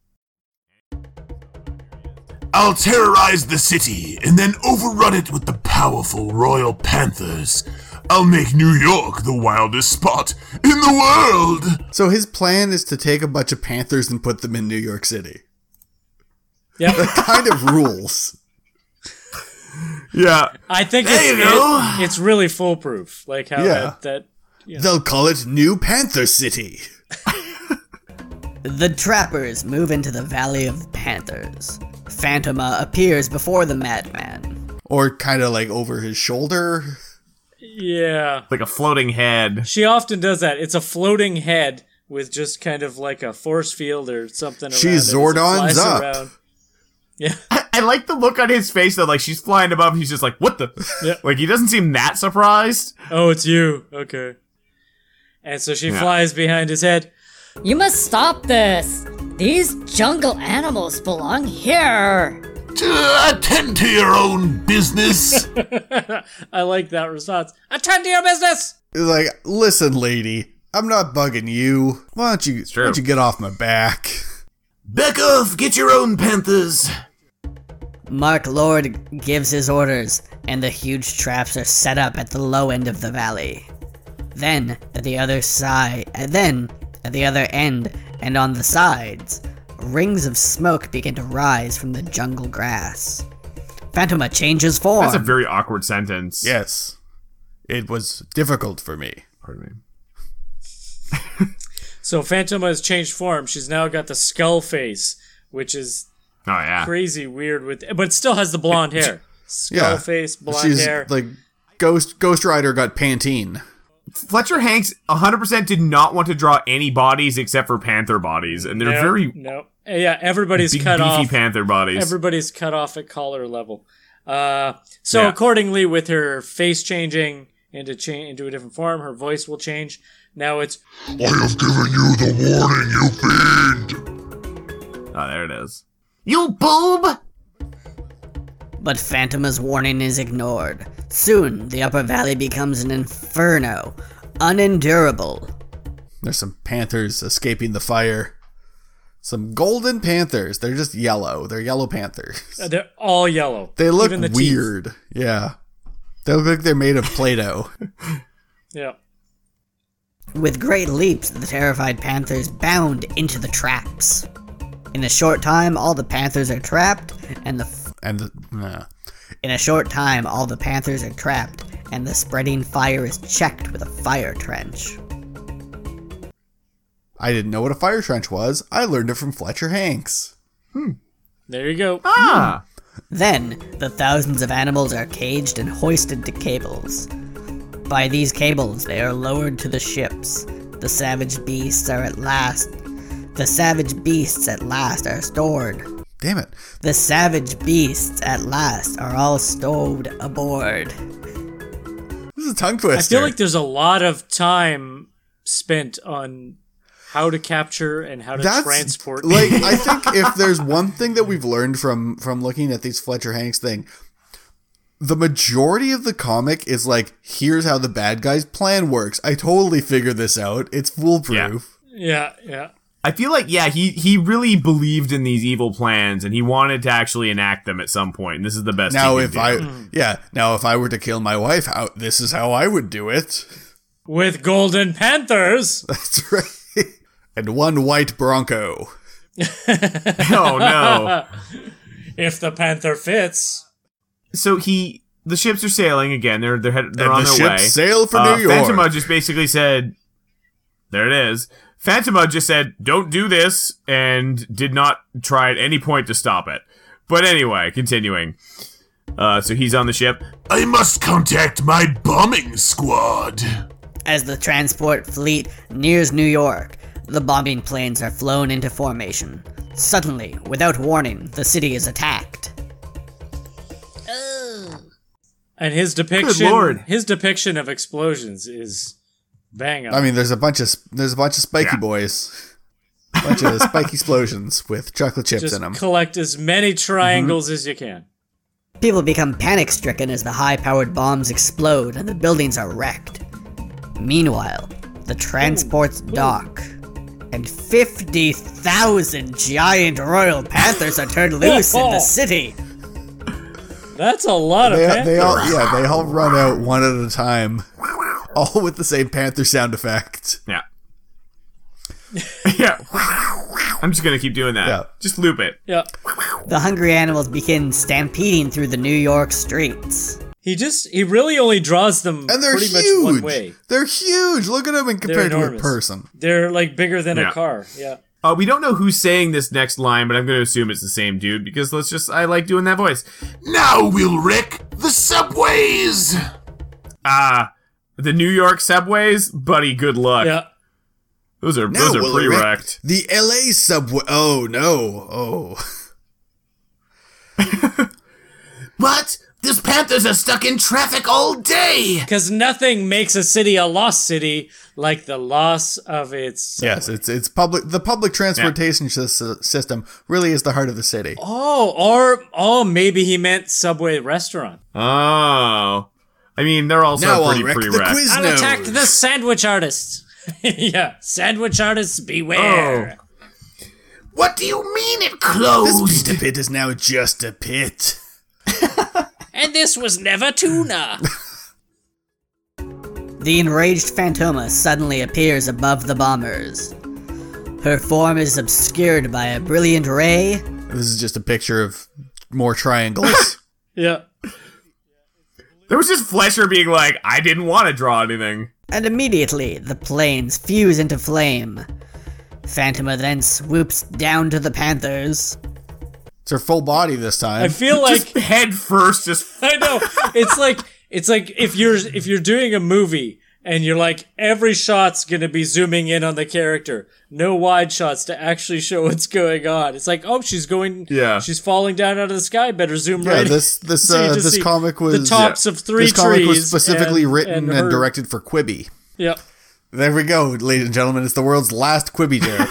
Speaker 2: I'll terrorize the city and then overrun it with the powerful royal panthers. I'll make New York the wildest spot in the world!
Speaker 4: So his plan is to take a bunch of Panthers and put them in New York City.
Speaker 6: Yeah,
Speaker 4: Kind
Speaker 6: (laughs)
Speaker 4: of rules.
Speaker 5: Yeah,
Speaker 6: I think it's,
Speaker 2: There you go.
Speaker 6: it- it's really foolproof. Like how
Speaker 4: Yeah.
Speaker 6: that, that
Speaker 4: They'll call it New Panther City.
Speaker 8: The trappers move into the Valley of Panthers. Phantoma appears before the madman.
Speaker 4: Or kind of like over his shoulder.
Speaker 6: yeah.
Speaker 5: like a floating head.
Speaker 6: She often does that. It's a floating head with just kind of like a force field or something.
Speaker 4: She
Speaker 6: around it as it
Speaker 4: Zordons
Speaker 6: flies
Speaker 4: up.
Speaker 6: around.
Speaker 5: I like the look on his face though. Like she's flying above, and he's just like, "What the?"
Speaker 6: Yeah.
Speaker 5: (laughs) Like he doesn't seem that surprised.
Speaker 6: Oh, it's you. Okay. And so she
Speaker 5: Yeah.
Speaker 6: flies behind his head.
Speaker 9: You must stop this! These jungle animals belong here!
Speaker 2: Attend to your own business!
Speaker 6: (laughs) I like that response. Attend to your business.
Speaker 4: It's like, listen, lady, I'm not bugging you. Why don't you, why
Speaker 5: true.
Speaker 4: don't you get off my back?
Speaker 2: Back off! Get your own panthers!
Speaker 8: Mark Lord gives his orders, and the huge traps are set up at the low end of the valley. Then, at the other side, and then, at the other end and on the sides, rings of smoke begin to rise from the jungle grass. Phantoma changes form.
Speaker 5: That's a very awkward sentence.
Speaker 4: Yes. It was difficult for me.
Speaker 5: Pardon me.
Speaker 6: So Phantoma has changed form. She's now got the skull face, which is
Speaker 5: Oh yeah.
Speaker 6: crazy weird with, but still has the blonde hair. Skull
Speaker 4: Yeah.
Speaker 6: face, blonde
Speaker 4: She's
Speaker 6: hair.
Speaker 4: like Ghost Ghost Rider got Pantene.
Speaker 5: Fletcher Hanks 100% did not want to draw any bodies except for panther bodies, and they're
Speaker 6: no,
Speaker 5: very
Speaker 6: no. Uh, Yeah, everybody's
Speaker 5: big,
Speaker 6: cut
Speaker 5: beefy
Speaker 6: off.
Speaker 5: panther bodies.
Speaker 6: Everybody's cut off at collar level. Uh, so
Speaker 5: Yeah.
Speaker 6: accordingly, with her face changing into cha- into a different form, her voice will change. Now it's
Speaker 2: I have given you the warning, you fiend!
Speaker 5: oh, there it is. You boob!
Speaker 8: But Phantoma's warning is ignored. Soon, the upper valley becomes an inferno, unendurable.
Speaker 4: There's some panthers escaping the fire. Some golden panthers. They're just yellow. They're yellow panthers.
Speaker 6: (laughs) uh, they're all yellow.
Speaker 4: They look
Speaker 6: Even the teeth.
Speaker 4: weird. Yeah. They look like they're made of
Speaker 6: (laughs)
Speaker 4: Play-Doh.
Speaker 6: Yeah.
Speaker 8: With great leaps, the terrified panthers bound into the traps. In a short time, all the panthers are trapped, and the f-
Speaker 4: and the, nah.
Speaker 8: in a short time, all the panthers are trapped, and the spreading fire is checked with a fire trench.
Speaker 4: I didn't know what a fire trench was. I learned it from Fletcher Hanks.
Speaker 6: There you go. Hmm.
Speaker 5: Ah!
Speaker 8: Then, the thousands of animals are caged and hoisted to cables. By these cables, they are lowered to the ships. The savage beasts are at last. The savage beasts at last are stored.
Speaker 4: Damn it.
Speaker 8: The savage beasts at last are all stowed aboard.
Speaker 4: This is a tongue
Speaker 6: I
Speaker 4: twister.
Speaker 6: feel like there's a lot of time spent on how to capture and how to transport.
Speaker 4: like I think if there's one thing that we've learned from from looking at these Fletcher Hanks thing, the majority of the comic is like, here's how the bad guy's plan works. I totally figured this out. It's foolproof.
Speaker 6: (laughs) yeah, yeah.
Speaker 5: I feel like yeah, he he really believed in these evil plans and he wanted to actually enact them at some point. And this is the best.
Speaker 4: Now
Speaker 5: he could
Speaker 4: if
Speaker 5: do.
Speaker 4: I
Speaker 6: Mm-hmm.
Speaker 4: yeah, now if I were to kill my wife, how this is how I would do it. (laughs)
Speaker 6: With golden panthers.
Speaker 4: That's right. And one white bronco.
Speaker 5: (laughs) oh no.
Speaker 6: (laughs) if the panther fits.
Speaker 5: so he the ships are sailing again. They're they're head, they're
Speaker 4: and
Speaker 5: on
Speaker 4: the
Speaker 5: their
Speaker 4: ship
Speaker 5: way.
Speaker 4: sailed for
Speaker 5: Uh,
Speaker 4: New York.
Speaker 5: Phantoma just basically said, "There it is." Phantoma just said, "Don't do this," and did not try at any point to stop it. But anyway, continuing. Uh, so he's on the ship.
Speaker 2: I must contact my bombing squad.
Speaker 8: As the transport fleet nears New York, the bombing planes are flown into formation. Suddenly, without warning, the city is attacked.
Speaker 6: And his depiction
Speaker 5: lord.
Speaker 6: his depiction of explosions is bang on.
Speaker 4: I mean, there's a bunch of sp- there's a bunch of spiky
Speaker 5: Yeah.
Speaker 4: boys, bunch of
Speaker 6: (laughs)
Speaker 4: spiky explosions with chocolate chips
Speaker 6: just
Speaker 4: in Mm-hmm. them.
Speaker 6: collect as many triangles as you can.
Speaker 8: People become panic stricken as the high powered bombs explode and the buildings are wrecked. Meanwhile, the transports dock, and 50,000 giant royal panthers are turned loose in the city.
Speaker 6: That's a lot of
Speaker 4: They,
Speaker 6: panthers.
Speaker 4: they all yeah, they all run out one at a time, all with the same panther sound effect.
Speaker 5: Yeah. (laughs) yeah. I'm just gonna keep doing that.
Speaker 4: Yeah.
Speaker 5: Just loop it.
Speaker 6: yeah.
Speaker 8: The hungry animals begin stampeding through the New York streets.
Speaker 6: He just he really only draws them
Speaker 4: And they're
Speaker 6: pretty much one
Speaker 4: huge.
Speaker 6: way.
Speaker 4: They're huge. Look at them in compared to a
Speaker 6: enormous.
Speaker 4: person.
Speaker 6: They're like bigger than
Speaker 5: Yeah.
Speaker 6: a car. Yeah.
Speaker 5: Uh, we don't know who's saying this next line, but I'm gonna assume it's the same dude because let's just I like doing that voice.
Speaker 2: Now we'll wreck the subways.
Speaker 5: Ah, the New York subways, buddy. Good luck.
Speaker 6: Yeah.
Speaker 5: Those are
Speaker 4: Now
Speaker 5: those are
Speaker 4: we'll
Speaker 5: pre
Speaker 4: erect
Speaker 5: wrecked.
Speaker 4: The L.A. subway. Oh no! Oh,
Speaker 2: What? These Panthers are stuck in traffic all day.
Speaker 6: Because nothing makes a city a lost city like the loss of its.
Speaker 4: yes, (laughs) it's it's public. The public transportation sys- system really is the heart of the city.
Speaker 6: Oh, or oh, maybe he meant subway restaurant.
Speaker 5: Oh, I mean they're also
Speaker 4: now I'll
Speaker 5: pretty
Speaker 4: wreck
Speaker 5: pre
Speaker 4: the
Speaker 5: wrecked.
Speaker 6: I'll
Speaker 4: Quiznos.
Speaker 6: attack the sandwich artist. (laughs) yeah, sandwich artists beware.
Speaker 5: Oh.
Speaker 2: What do you mean it closed?
Speaker 4: Pizza pit is now just a pit.
Speaker 6: And this was never
Speaker 5: (laughs)
Speaker 6: tuna.
Speaker 8: The enraged Phantoma suddenly appears above the bombers. Her form is obscured by a brilliant ray
Speaker 4: This is just a picture of more
Speaker 6: (laughs)
Speaker 4: triangles.
Speaker 6: yeah.
Speaker 5: There was just Fletcher being like, I didn't want to draw anything.
Speaker 8: and immediately the planes fuse into flame. Phantoma then swoops down to the panthers.
Speaker 4: it's her full body this
Speaker 6: I
Speaker 4: time.
Speaker 6: feel like (laughs)
Speaker 5: just head first, just
Speaker 6: I know. It's like it's like if you're if you're doing a movie and you're like every shot's gonna be zooming in on the character, no wide shots to actually show what's going on. It's like oh she's going
Speaker 5: Yeah.
Speaker 6: she's falling down out of the sky. Better zoom
Speaker 4: Yeah,
Speaker 6: right. (laughs)
Speaker 4: this this
Speaker 6: So you
Speaker 4: uh,
Speaker 6: just
Speaker 4: this
Speaker 6: see
Speaker 4: comic was
Speaker 6: the tops of three
Speaker 4: this comic
Speaker 6: trees
Speaker 4: was specifically
Speaker 6: and-
Speaker 4: written and,
Speaker 6: her-
Speaker 4: directed for Quibi.
Speaker 6: Yep.
Speaker 4: There we go, ladies and gentlemen. It's the world's last Quibi joke.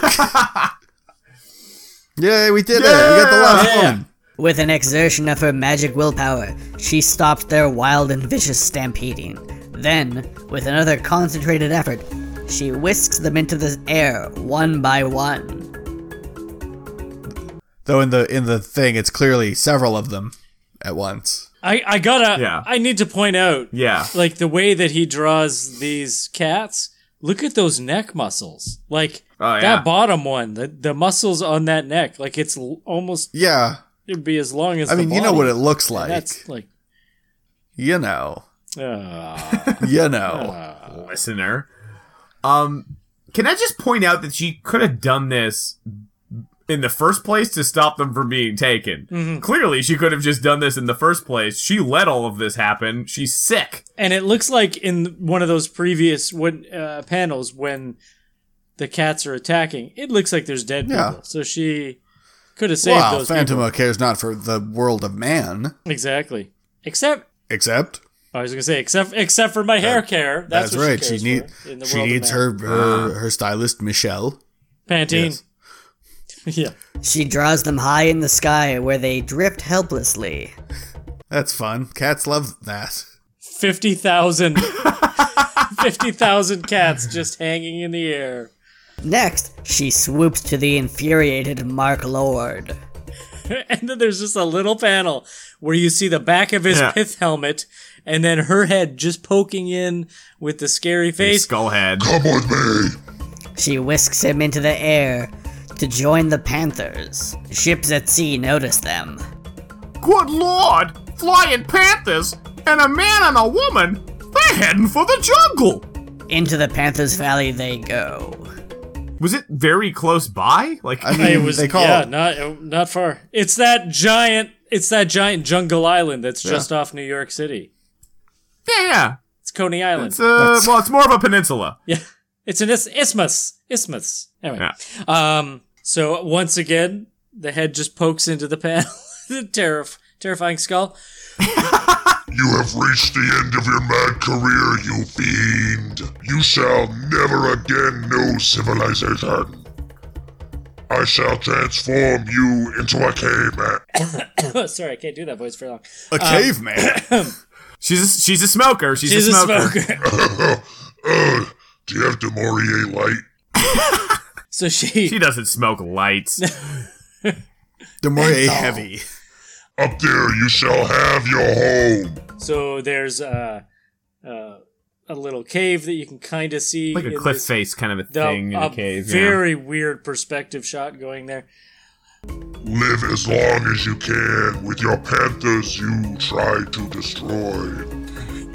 Speaker 6: (laughs)
Speaker 4: (laughs) Yay, we did it! We got the last
Speaker 6: Yeah.
Speaker 4: one.
Speaker 8: With an exertion of her magic willpower, she stopped their wild and vicious stampeding. Then, with another concentrated effort, she whisks them into the air one by one.
Speaker 4: Though in the in the thing, it's clearly several of them at once.
Speaker 6: I, I gotta
Speaker 5: Yeah.
Speaker 6: I need to point out
Speaker 5: yeah.
Speaker 6: like the way that he draws these cats look at those neck muscles like
Speaker 5: Oh, yeah.
Speaker 6: that bottom one the, the muscles on that neck like it's l- almost
Speaker 4: Yeah,
Speaker 6: it'd be as long as
Speaker 4: I
Speaker 6: the
Speaker 4: mean, you know
Speaker 6: body.
Speaker 4: what it looks like.
Speaker 6: that's like
Speaker 4: You know,
Speaker 6: uh, (laughs)
Speaker 4: you know.
Speaker 5: listener. Um, can I just point out that she could have done this in the first place to stop them from being taken?
Speaker 6: Mm-hmm.
Speaker 5: Clearly, she could have just done this in the first place. She let all of this happen. She's sick.
Speaker 6: and it looks like in one of those previous when, uh, panels when the cats are attacking, it looks like there's dead people.
Speaker 4: Yeah.
Speaker 6: So she could have saved
Speaker 4: Wow,
Speaker 6: those
Speaker 4: Phantom
Speaker 6: people.
Speaker 4: cares not for the world of man,
Speaker 6: Exactly. Except
Speaker 4: except
Speaker 6: I was gonna say, except except for my hair care. That's,
Speaker 4: that's,
Speaker 6: what
Speaker 4: right.
Speaker 6: She,
Speaker 4: She,
Speaker 6: cares
Speaker 4: need,
Speaker 6: for in the
Speaker 4: she
Speaker 6: world of
Speaker 4: needs
Speaker 6: man. Ah.
Speaker 4: her her, her stylist Michelle.
Speaker 6: Pantene. (laughs) yeah.
Speaker 8: She draws them high in the sky where they drift helplessly.
Speaker 4: That's fun. Cats love that. (laughs)
Speaker 6: 50,000 50,000 cats just hanging in the air. (laughs)
Speaker 8: Next, she swoops to the infuriated Mark Lord.
Speaker 6: And then there's just a little panel where you see the back of his
Speaker 5: Yeah.
Speaker 6: pith helmet and then her head just poking in with the scary face.
Speaker 5: Skullhead.
Speaker 8: She whisks him into the air to join the Panthers. Ships at sea notice them.
Speaker 5: Good lord! Flying panthers and a man and a woman. They're heading for the jungle.
Speaker 8: Into the Panthers Valley they go.
Speaker 5: Was it very close by? Like (laughs)
Speaker 4: I mean,
Speaker 6: It was
Speaker 4: Mm, they call
Speaker 6: yeah, not uh, not far. It's that giant it's that giant jungle island that's just off New York City.
Speaker 5: yeah, yeah.
Speaker 6: It's Coney Island.
Speaker 5: It's uh, well, it's more of a peninsula.
Speaker 6: Yeah, it's an is- isthmus. Isthmus. Anyway,
Speaker 5: Yeah.
Speaker 6: um, so once again, the head just pokes into the panel. (laughs) the terrif- terrifying skull.
Speaker 2: (laughs) You have reached the end of your mad career, you fiend. You shall never again know civilization. I shall transform you into a caveman.
Speaker 6: (coughs) Sorry, I can't do that voice very long.
Speaker 4: a
Speaker 5: uh,
Speaker 4: caveman.
Speaker 5: (coughs) She's a, she's a smoker. She's,
Speaker 6: She's
Speaker 5: a
Speaker 6: a
Speaker 5: smoker.
Speaker 6: smoker.
Speaker 2: (laughs) Ugh, Uh, do you have Demorier light?
Speaker 6: (laughs) so
Speaker 5: (laughs)
Speaker 6: she,
Speaker 5: She doesn't smoke lights.
Speaker 4: Demore heavy.
Speaker 2: Up there, you shall have your home.
Speaker 6: so there's uh, uh, a little cave that you can kind of see
Speaker 5: like a
Speaker 6: in
Speaker 5: cliff
Speaker 6: this-
Speaker 5: face kind of a
Speaker 6: the-
Speaker 5: thing in
Speaker 6: a
Speaker 5: a cave.
Speaker 6: Very weird perspective shot going there.
Speaker 2: Live as long as you can with your panthers you tried to destroy.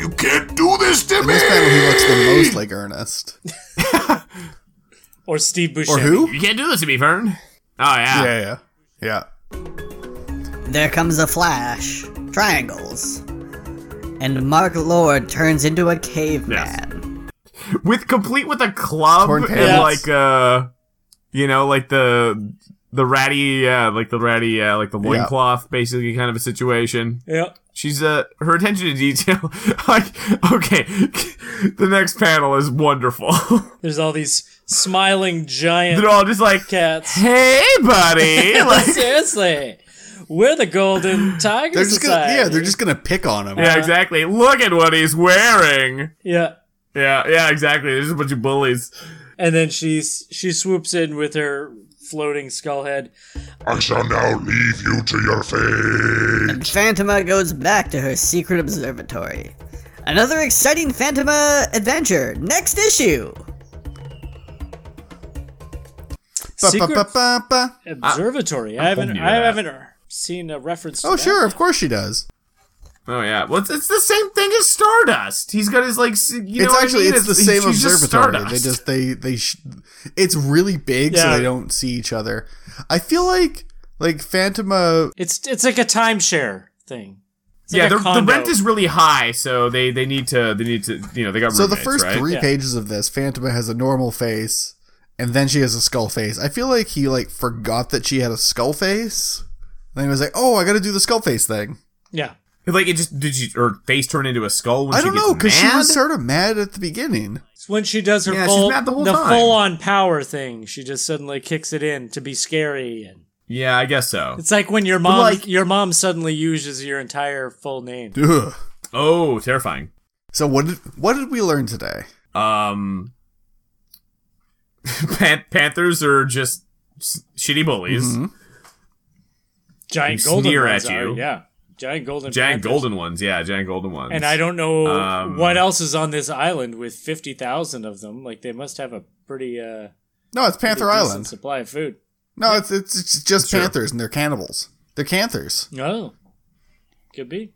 Speaker 2: You can't do this to
Speaker 4: In this panel, he looks the most like
Speaker 5: (laughs)
Speaker 4: Ernest.
Speaker 6: Or Steve Buscemi.
Speaker 4: Or who?
Speaker 5: yeah. You can't do this to me, Vern. Oh yeah.
Speaker 4: Yeah, yeah, yeah.
Speaker 8: There comes a flash, triangles, and Mark Lord turns into a caveman.
Speaker 5: with complete with a club
Speaker 4: Torn
Speaker 5: and
Speaker 6: pants.
Speaker 5: like uh, you know, like the the ratty, yeah, like the ratty, uh, like the loincloth, basically kind of a situation.
Speaker 6: Yeah.
Speaker 5: She's uh, her attention to detail. (laughs) like, okay, (laughs) the next panel is wonderful. (laughs)
Speaker 6: There's all these smiling giant
Speaker 5: They're all just like, (laughs)
Speaker 6: cats.
Speaker 5: hey,
Speaker 4: (laughs)
Speaker 6: (laughs)
Speaker 5: buddy, like,
Speaker 6: Seriously, we're the Golden Tiger
Speaker 4: They're just gonna,
Speaker 6: Society.
Speaker 4: yeah, they're just gonna pick on him.
Speaker 5: yeah, exactly. Look at what he's wearing.
Speaker 6: yeah.
Speaker 5: Yeah, yeah, exactly. There's a bunch of bullies.
Speaker 6: And then she's she swoops in with her floating skull head.
Speaker 2: I shall now leave you to your fate.
Speaker 8: Phantoma goes back to her secret observatory. Another exciting Phantoma adventure. Next issue.
Speaker 4: Ba, ba,
Speaker 6: Secret
Speaker 4: ba, ba, ba.
Speaker 6: observatory. I haven't
Speaker 5: you
Speaker 6: I
Speaker 5: that.
Speaker 6: haven't seen a reference. To
Speaker 4: Oh,
Speaker 6: that.
Speaker 4: sure, of course she does.
Speaker 5: Oh yeah, well it's, it's the same thing as Stardust. He's got his like, s- you know
Speaker 4: it's
Speaker 5: what I
Speaker 4: actually
Speaker 5: mean?
Speaker 4: it's the same
Speaker 5: he's just
Speaker 4: observatory.
Speaker 5: Stardust.
Speaker 4: They just they they sh- it's really big so
Speaker 6: Yeah.
Speaker 4: they don't see each other. I feel like like Phantoma
Speaker 6: It's it's like a timeshare thing. It's
Speaker 5: yeah,
Speaker 6: like a
Speaker 5: the, the
Speaker 6: condo.
Speaker 5: rent is really high, so they they need to they need to you know they got
Speaker 4: So the
Speaker 5: roommates,
Speaker 4: first
Speaker 5: right?
Speaker 4: three
Speaker 6: Yeah.
Speaker 4: pages of this, Phantoma has a normal face, and then she has a skull face. I feel like he like forgot that she had a skull face. Then he was like, "Oh, I got to do the skull face thing."
Speaker 6: yeah.
Speaker 5: like it just did you her face turn into a skull when
Speaker 4: I
Speaker 5: she
Speaker 4: don't
Speaker 5: gets
Speaker 4: know because she
Speaker 5: mad?
Speaker 4: was sort of mad at the beginning.
Speaker 6: It's when she does her
Speaker 5: Yeah, she's
Speaker 6: full
Speaker 5: mad the whole time.
Speaker 6: full on power thing. She just suddenly kicks it in to be scary and.
Speaker 5: yeah, I guess so.
Speaker 6: It's like when your mom
Speaker 5: like-
Speaker 6: your mom suddenly uses your entire full name.
Speaker 4: Ugh.
Speaker 5: Oh, terrifying.
Speaker 4: So what did what did we learn today?
Speaker 5: Um, (laughs) Pan- Panthers are just s- shitty bullies.
Speaker 6: Giant
Speaker 5: Who
Speaker 6: golden
Speaker 5: sneer
Speaker 6: ones
Speaker 5: at
Speaker 6: are,
Speaker 5: you.
Speaker 6: yeah. Giant golden
Speaker 5: Giant
Speaker 6: panthers.
Speaker 5: golden ones, yeah, giant golden ones.
Speaker 6: And I don't know
Speaker 5: Um,
Speaker 6: what else is on this island with fifty thousand of them. Like they must have a pretty uh
Speaker 4: No, it's
Speaker 6: pretty
Speaker 4: Panther
Speaker 6: decent
Speaker 4: Island.
Speaker 6: supply of food.
Speaker 4: No, it's it's, it's just panthers and they're cannibals. They're canthers.
Speaker 6: Oh, could be.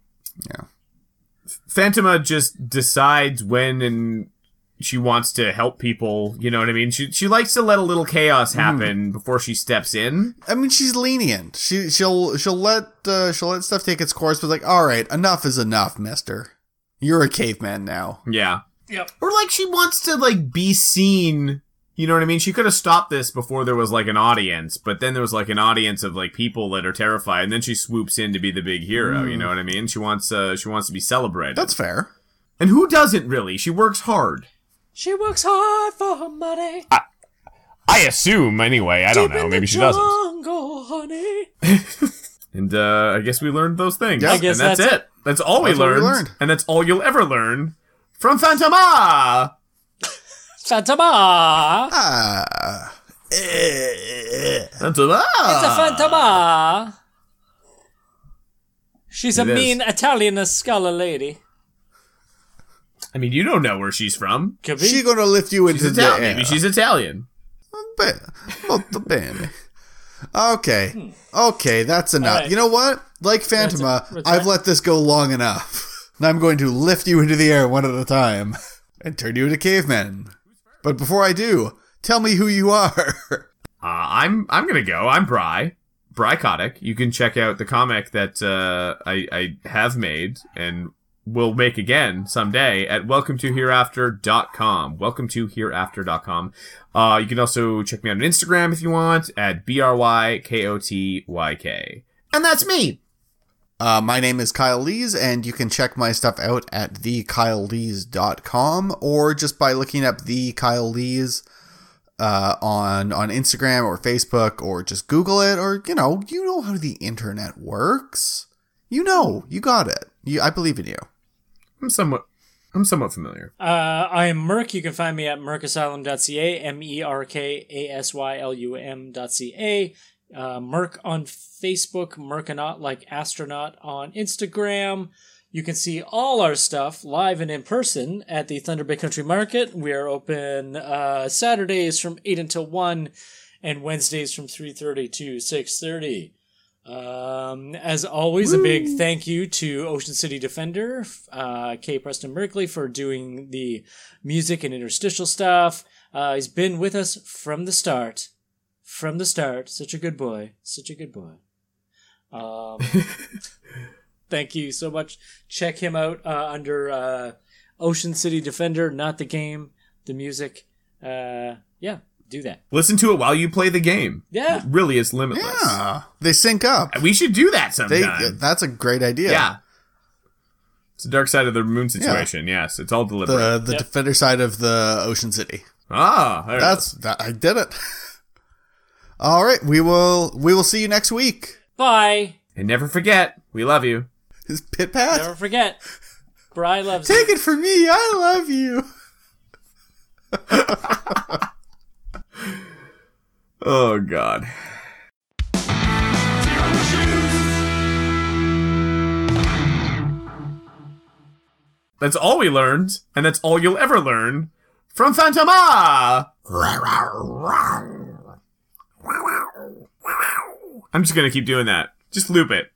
Speaker 5: Phantoma just decides when and she wants to help people. You know what I mean? She she likes to let a little chaos happen before she steps in.
Speaker 4: I mean, she's lenient. She she'll she'll let uh, she'll let stuff take its course. But like, all right, enough is enough, Mister. You're a caveman now.
Speaker 5: Yeah.
Speaker 6: Yep.
Speaker 5: Or like she wants to like be seen You know what I mean? She could have stopped this before there was like an audience, but then there was like an audience of like people that are terrified, and then she swoops in to be the big hero. You know what I mean? She wants uh, she wants to be celebrated.
Speaker 4: That's fair.
Speaker 5: and who doesn't really? She works hard.
Speaker 6: She works hard for her money.
Speaker 5: I assume anyway. I
Speaker 6: Deep in the jungle, honey.
Speaker 5: And uh, I guess we learned those things.
Speaker 4: Yeah. I
Speaker 6: guess
Speaker 5: and that's,
Speaker 6: that's
Speaker 5: it. That's all we
Speaker 4: That's what we
Speaker 5: learned,
Speaker 4: learned.
Speaker 5: and that's all you'll ever learn from
Speaker 2: Ah,
Speaker 5: Fantoma.
Speaker 6: Fantoma.
Speaker 4: Ah. Eh.
Speaker 5: Fantoma.
Speaker 6: It's a Fantoma. She's a
Speaker 5: It is.
Speaker 6: mean Italian scholar lady.
Speaker 5: I mean, you don't know where she's from.
Speaker 6: Could be.
Speaker 4: She gonna lift you into
Speaker 5: She's
Speaker 4: the
Speaker 5: Italian.
Speaker 4: air.
Speaker 5: Maybe she's Italian.
Speaker 4: Ba- molto bene. Okay. Okay, that's enough.
Speaker 6: right.
Speaker 4: You know what? Like
Speaker 6: a-
Speaker 4: Phantoma,
Speaker 6: that's
Speaker 4: I've
Speaker 6: right.
Speaker 4: let this go long enough. (laughs) And I'm going to lift you into the air one at a time (laughs) and turn you into cavemen. But before I do, tell me who you are. (laughs)
Speaker 5: Uh, I'm I'm gonna go. I'm Bry. Bry Kotick. You can check out the comic that uh, I I have made and will make again someday at welcome to hereafter.com. Welcome to hereafter.com. Uh, you can also check me out on Instagram if you want at b r y k o t y k. And that's me.
Speaker 4: Uh, my name is Kyle Lees, and you can check my stuff out at thekylelees.com or just by looking up the Kyle Lees uh, on on Instagram or Facebook or just Google it or you know you know how the internet works. You know you got it. You, I believe in you.
Speaker 5: I'm somewhat I'm somewhat familiar.
Speaker 6: Uh, I am Merc. You can find me at mercasylum.ca, M E R K A S Y L U M.ca. Uh, Merc on Facebook, Merconaut like astronaut on Instagram. You can see all our stuff live and in person at the Thunder Bay Country Market. We are open uh, Saturdays from 8 until 1 and Wednesdays from 3.30 to 6.30. Um, as always, a big thank you to Ocean City Defender, uh, K. Preston Merkley, for doing the music and interstitial stuff. Uh, he's been with us from the start. From the start. Such a good boy. Such a good boy. Um, thank you so much. Check him out uh, under uh, Ocean City Defender, not the game, the music. Uh, yeah, do that.
Speaker 5: Listen to it while you play the game.
Speaker 6: Yeah.
Speaker 5: It really is limitless.
Speaker 4: Yeah, they sync up.
Speaker 5: We should do that sometime.
Speaker 4: They, that's a great idea.
Speaker 5: yeah. It's a dark side of the moon situation. Yes, it's all deliberate.
Speaker 4: The the
Speaker 6: Yep.
Speaker 4: defender side of the Ocean City.
Speaker 5: ah, there it
Speaker 4: That's
Speaker 5: is.
Speaker 4: that, I did it. (laughs) All right, we will we will see you next week.
Speaker 6: Bye.
Speaker 5: and never forget, we love you.
Speaker 4: Is Pit Pat?
Speaker 6: Never forget. Bry loves you.
Speaker 4: Take it from me. I love you.
Speaker 5: Oh God. That's all we learned, and that's all you'll ever learn from Ah! Fantoma. I'm just gonna keep doing that. Just loop it.